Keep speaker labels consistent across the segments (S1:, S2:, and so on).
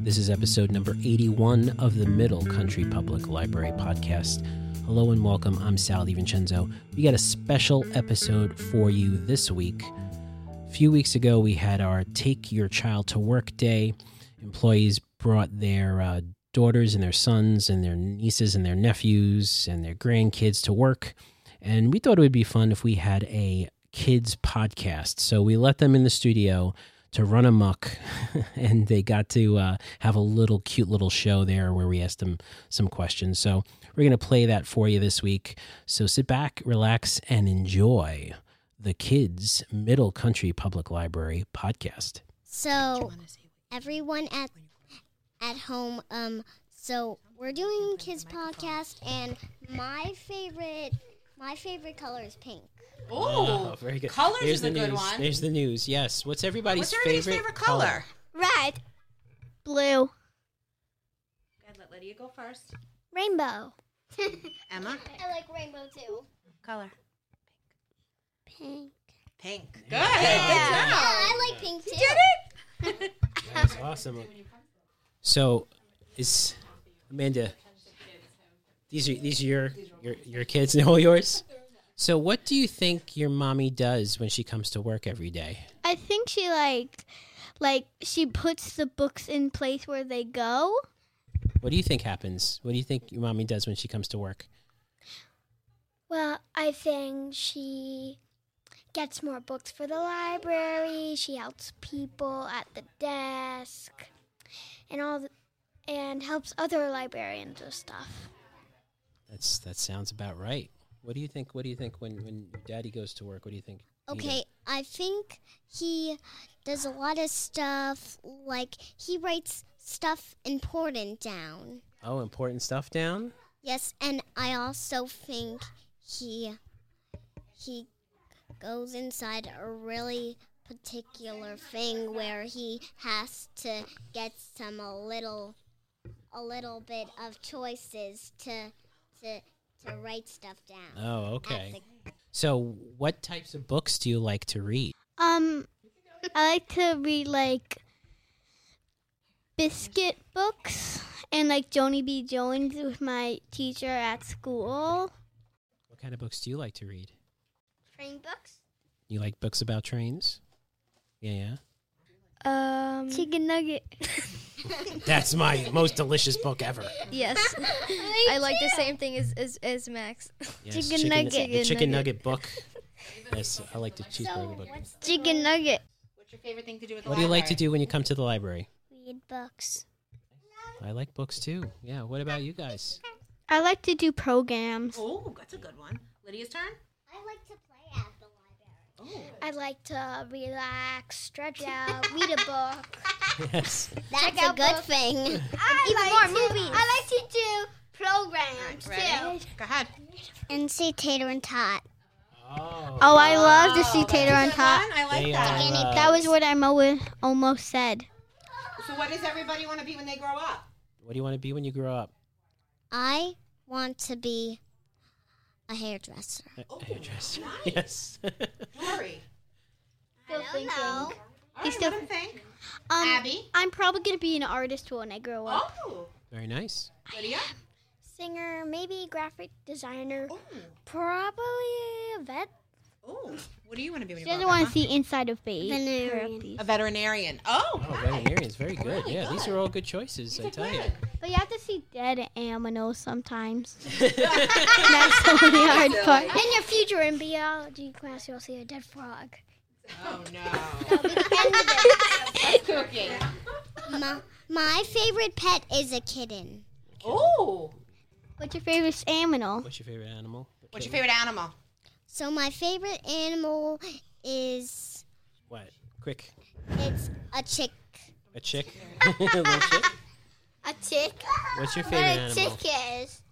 S1: This is episode number 81 of the Middle Country Public Library podcast. Hello and welcome. I'm Sal DiVincenzo. We got a special episode for you this week. A few weeks ago, we had our Take Your Child to Work Day. Employees brought their uh, daughters and their sons and their nieces and their nephews and their grandkids to work. And we thought it would be fun if we had a kids podcast. So we let them in the studio to run amok, and they got to uh, have a little cute little show there where we asked them some questions. So we're going to play that for you this week. So sit back, relax, and enjoy the Kids Middle Country Public Library podcast.
S2: So everyone at at home, um, so we're doing kids podcast, and my favorite my favorite color is pink.
S3: Oh,
S1: very good.
S3: Colors is a
S1: the
S3: good
S1: news.
S3: one.
S1: There's the news. Yes. What's everybody's,
S3: What's everybody's favorite, color?
S2: Red, blue,
S3: Good, let Lydia go first.
S2: rainbow.
S3: Emma,
S2: I like rainbow too.
S3: color.
S2: Pink.
S3: Pink. Good.
S2: Yeah,
S3: Good job.
S2: I like pink too. Did it?
S1: That's awesome. So, is Amanda? These are these are your your your kids and all yours. So, what do you think your mommy does when she comes to work every day?
S4: I think she like like she puts the books in place where they go.
S1: What do you think happens? What do you think your mommy does when she comes to work?
S4: Well, I think she gets more books for the library. She helps people at the desk and all the, and helps other librarians with stuff.
S1: That's that sounds about right. What do you think? What do you think when when your daddy goes to work? What do you think? he does?
S2: Okay, I think he does a lot of stuff. Like he writes stuff important down.
S1: Oh, important stuff down.
S2: Yes, and I also think he he goes inside a really particular thing where he has to get some a little a little bit of choices to to to write stuff down.
S1: Oh, okay.
S2: At
S1: So, what types of books do you like to read?
S4: Um I like to read like biscuit books and like Joni B. Jones with my teacher at school.
S1: What kind of books do you like to read?
S4: Train books?
S1: You like books about trains? Yeah, yeah.
S4: Um, chicken nugget.
S1: That's my most delicious book ever.
S5: Yes. I like the same thing as, as, as Max.
S1: Yes,
S4: Chicken nugget.
S1: The chicken nugget book. Yes, I like the cheeseburger book.
S4: Chicken nugget.
S3: What's your favorite thing to do with the
S1: What do you like to
S3: library?
S1: do when you come to the library?
S4: Read books.
S1: I like books too. Yeah. What about you guys?
S4: I like to do programs.
S3: Oh, that's a good one. Lydia's turn.
S2: I like to play at the library.
S3: Oh,
S4: I like to relax, stretch out, read a book.
S1: Yes.
S2: That's a good thing.
S4: I like more to, movies. I like to do programs
S3: ready? Go ahead.
S2: And see Tater and Tot.
S1: Oh.
S4: Oh, I love to see Tater
S3: That's a
S4: on
S3: good
S4: top.
S3: one. I like
S1: They
S3: that.
S1: are, uh,
S4: That was what I mo- almost said.
S3: So, what does everybody want to be when they grow up?
S1: What do you want to be when you grow up?
S2: I want to be a hairdresser.
S1: A- a hairdresser. Yes.
S3: Dory. All
S4: You
S3: right,
S4: still-
S3: let him think.
S4: Um,
S3: Abby.
S4: I'm probably gonna be an artist when I grow up.
S3: Oh,
S1: Very nice.
S3: Lydia.
S4: Oh. Singer, maybe graphic designer,
S3: Oh,
S4: probably a vet.
S3: oh. What do you want to be when
S4: She
S3: you grow
S4: doesn't
S3: up?
S4: want to
S3: huh?
S4: see inside of babies.
S2: Veterinarian.
S3: A veterinarian. Oh,
S1: Oh,
S3: hi.
S1: veterinarians. Very good. Yeah, these are all good choices. I
S3: These are
S1: tell you.
S3: good.
S4: But you have to see dead aminals sometimes. That's the only hard part. In your future in biology class, you'll see a dead frog.
S3: Oh no. Cooking.
S2: my, my favorite pet is a kitten.
S3: Oh.
S4: What's your favorite aminal?
S1: What's your favorite animal?
S3: What's your favorite animal?
S2: So my favorite animal is
S1: What? Quick.
S2: it's a chick.
S1: A chick. Little chick.
S4: A chick.
S1: What's your favorite animal?
S4: is?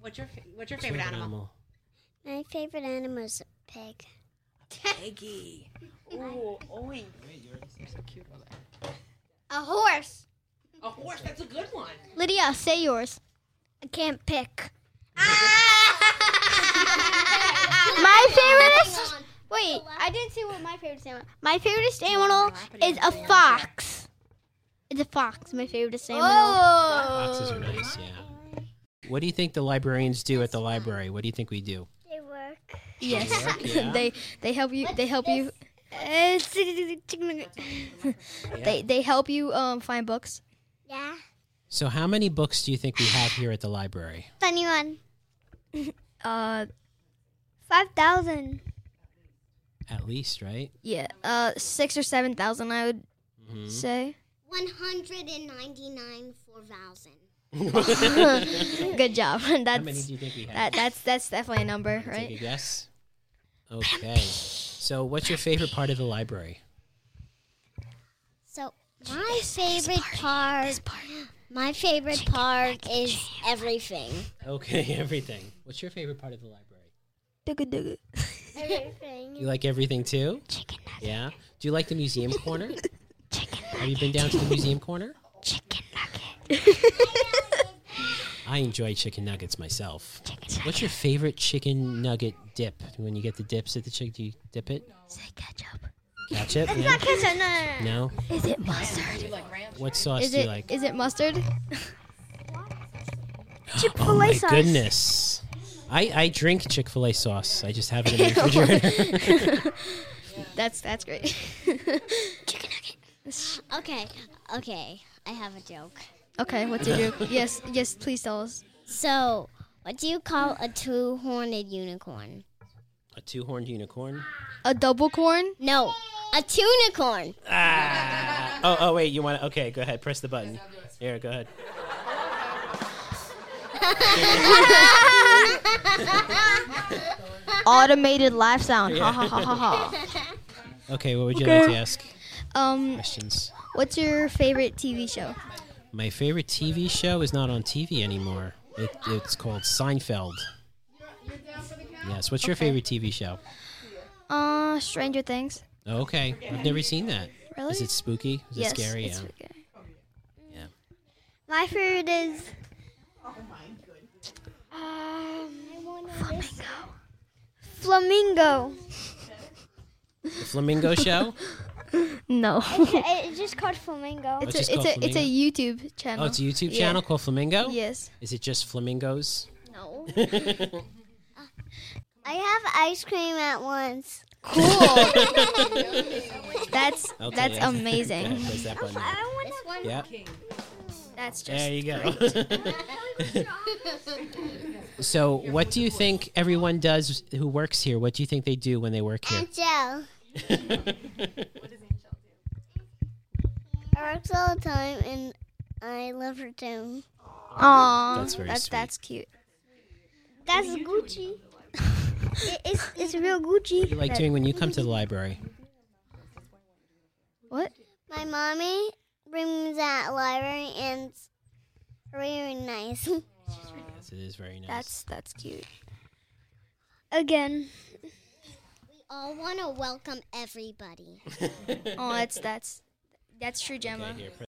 S3: What's your fa- What's your favorite animal?
S2: My favorite animal is a pig.
S3: Peggy. Oh, oink.
S4: A horse.
S3: A horse. That's a good one.
S4: Lydia, say yours. I can't pick. say what my favorite animal. My favorite animal is a fox. It's a fox. My favorite animal.
S1: Boxes are nice, yeah. What do you think the librarians do at the library? What do you think we do?
S2: They work.
S5: Yes.
S1: Yeah.
S5: they they help you they help you Uh, they they help you um find books.
S2: Yeah.
S1: So, how many books do you think we have here at the library?
S4: Funny one.
S5: Uh
S4: Five thousand.
S1: At least, right?
S5: yeah, uh 6 or 7,000 I would
S1: Mm-hmm.
S5: say.
S2: 199 4,000.
S5: Good job.
S1: How many
S5: that's
S1: do you think we have?
S5: that, that's that's definitely a number,
S1: Take a
S5: right?
S1: guess. Okay. So, what's your favorite part of the library?
S2: So, my favorite part, my favorite part is everything.
S1: Okay, everything. What's your favorite part of the library?
S5: Digga digga.
S2: Everything.
S1: You like everything too?
S4: Chicken nugget.
S1: Yeah. Do you like the museum corner?
S4: Chicken
S1: Have you been down to the museum corner?
S4: Chicken nugget.
S1: I enjoy chicken nuggets myself. What's your favorite chicken nugget dip? When you get the dips at the chick, do you dip it?
S4: Say ketchup.
S1: Ketchup? No?
S4: Ketchup. No. no,
S1: no?
S4: no. Is it mustard?
S1: What sauce
S5: Is
S1: do you
S5: it
S1: like?
S5: is it mustard?
S4: Chick
S1: oh
S4: Fil
S1: my
S4: A sauce.
S1: goodness. I, I drink Chick fil A sauce. I just have it in the refrigerator.
S5: That's that's great.
S4: Chicken nugget.
S2: Okay, okay, I have a joke.
S5: okay, what's your joke? Yes, yes, please tell us.
S2: So, what do you call a two horned unicorn?
S1: a two horned unicorn.
S5: A double corn?
S2: No, a tunicorn.
S1: Oh, oh, wait. You want to? Okay, go ahead. Press the button. Here, go ahead.
S5: Automated laugh sound. Ha ha ha ha ha.
S1: Okay, what would you like to ask?
S5: Um
S1: Questions.
S5: what's your favorite TV show?
S1: My favorite TV show is not on TV anymore. It, it's called Seinfeld. Yes. What's your favorite TV show? Oh,
S5: Uh Stranger Things.
S1: Okay, I've never seen that. Is
S5: Really?
S1: it spooky? Is
S5: yes,
S1: it scary?
S5: It's
S1: yeah.
S5: spooky.
S1: yeah.
S4: My favorite is Um, flamingo.
S1: The flamingo show.
S5: No.
S4: It's just called flamingo.
S1: It's
S5: It's,
S1: just
S5: a, it's
S1: called
S5: a it's a YouTube channel.
S1: Oh, it's a YouTube
S5: Yeah.
S1: channel called Flamingo.
S5: Yes.
S1: Is it just flamingos?
S4: No.
S1: That's
S4: I have ice cream at once.
S5: Cool. that's that's amazing.
S1: press that button.
S4: want
S2: This one.
S1: Yeah.
S5: That's just
S1: There you go. so, what do you think everyone does who works here? What do you think they do when they work here?
S2: And Joe. I works all the time, and I love her too.
S5: Aw,
S1: That's very
S5: that's
S1: sweet.
S5: that's cute.
S4: That's Gucci. It- it's it's real Gucci.
S1: you like doing when you come to the library?
S5: What?
S2: My mommy brings that library, and it's really nice.
S1: Yes, it is very nice.
S5: That's that's cute.
S4: Again.
S2: all want to welcome everybody.
S5: Oh, that's that's that's true, Gemma.
S1: Okay, here, pre-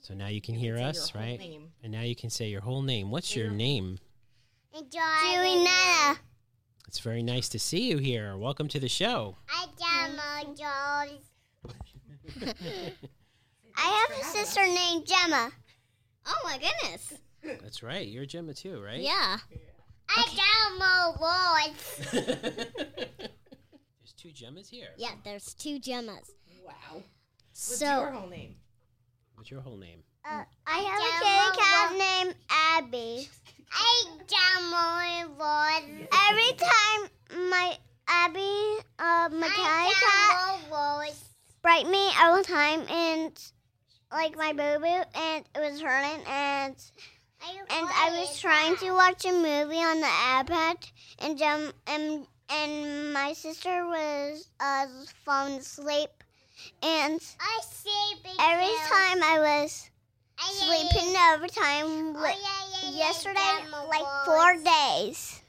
S1: so now you can hear us, right?
S3: name.
S1: And now you can say your whole name. What's your name?
S2: Enjoy. Juliana.
S1: It's very nice to see you here. Welcome to the show.
S2: I Gemma Jones. I have a sister named Gemma. Oh my goodness.
S1: That's right. You're Gemma too, right?
S2: Yeah. I Gemma Woods.
S1: There's two Gemmas here.
S2: Yeah, there's two Gemmas.
S3: Wow. What's your
S2: So
S3: whole name?
S1: What's your whole name?
S2: I have a kitty cat named Abby. I Gemma Woods.
S4: Every time my Abby, uh, my kitty cat, bright me all the time, and like my boo boo, and it was hurting, and and I was trying to watch a movie on the iPad, and um, and and my sister was uh falling asleep, and
S2: I sleeping.
S4: every time I was sleeping overtime,
S2: Oh,
S4: li-
S2: yeah, yeah, yeah,
S4: yesterday,
S2: Gemma
S4: like
S2: Woods.
S4: four days.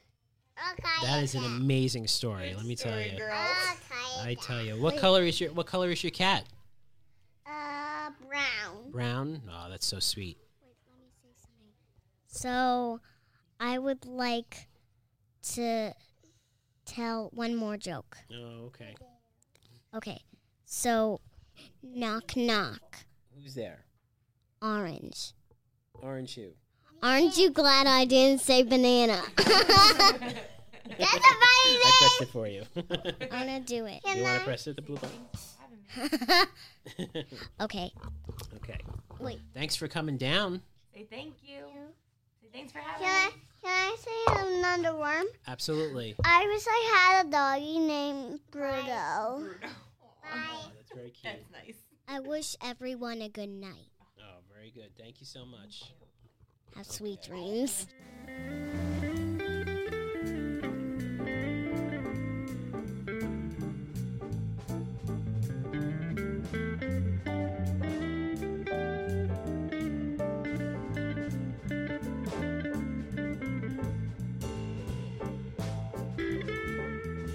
S2: Okay,
S1: That is an
S2: yeah.
S1: amazing story. Let me tell
S3: Sorry,
S1: you.
S2: Ah,
S3: girls.
S1: I tell you. What color is your What color is your cat?
S2: Uh, brown.
S1: Brown. Oh, that's so sweet.
S2: So, I would like to tell one more joke.
S1: Oh, okay.
S2: Okay, so knock knock.
S1: Who's there?
S2: Orange.
S1: Orange who?
S2: Aren't you glad I didn't say banana? That's a funny
S1: I pressed it for you.
S2: thing. I'm gonna do it.
S1: you want to press it, the blue button?
S2: okay.
S1: okay.
S2: Wait.
S1: Thanks for coming down.
S3: Say thank you. Say thanks for having me.
S2: Can I say another worm?
S1: Absolutely.
S2: I wish I had a doggy named Bruno.
S1: Oh, that's very cute.
S3: That's nice.
S2: I wish everyone a good night.
S1: Oh, very good. Thank you so much.
S2: Have sweet dreams.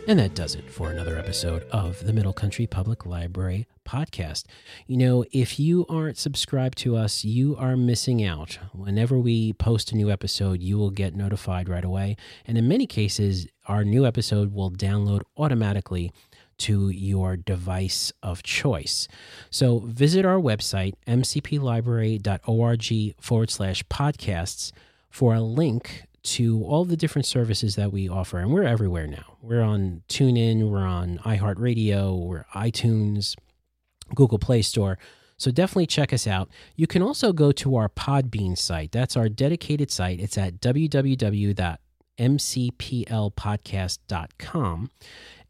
S1: And that does it for another episode of the Middle Country Public Library podcast. You know, if you aren't subscribed to us, you are missing out. Whenever we post a new episode, you will get notified right away. And in many cases, our new episode will download automatically to your device of choice. So visit our website, mcplibrary.org forward slash podcasts, for a link to all the different services that we offer. And we're everywhere now. We're on TuneIn, we're on iHeartRadio, we're iTunes, Google Play Store. So definitely check us out. You can also go to our Podbean site. That's our dedicated site. It's at www.mcplpodcast.com.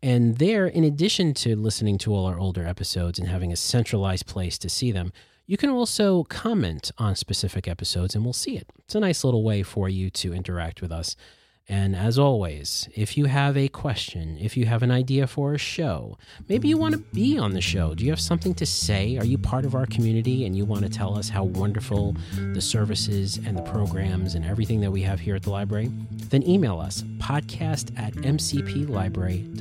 S1: And there, in addition to listening to all our older episodes and having a centralized place to see them, you can also comment on specific episodes and we'll see it. It's a nice little way for you to interact with us. And as always, if you have a question, if you have an idea for a show, maybe you want to be on the show. Do you have something to say? Are you part of our community and you want to tell us how wonderful the services and the programs and everything that we have here at the library? Then email us podcast at mcplibrary.org.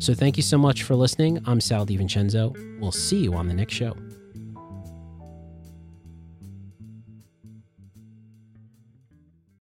S1: So thank you so much for listening. I'm Sal DiVincenzo. We'll see you on the next show.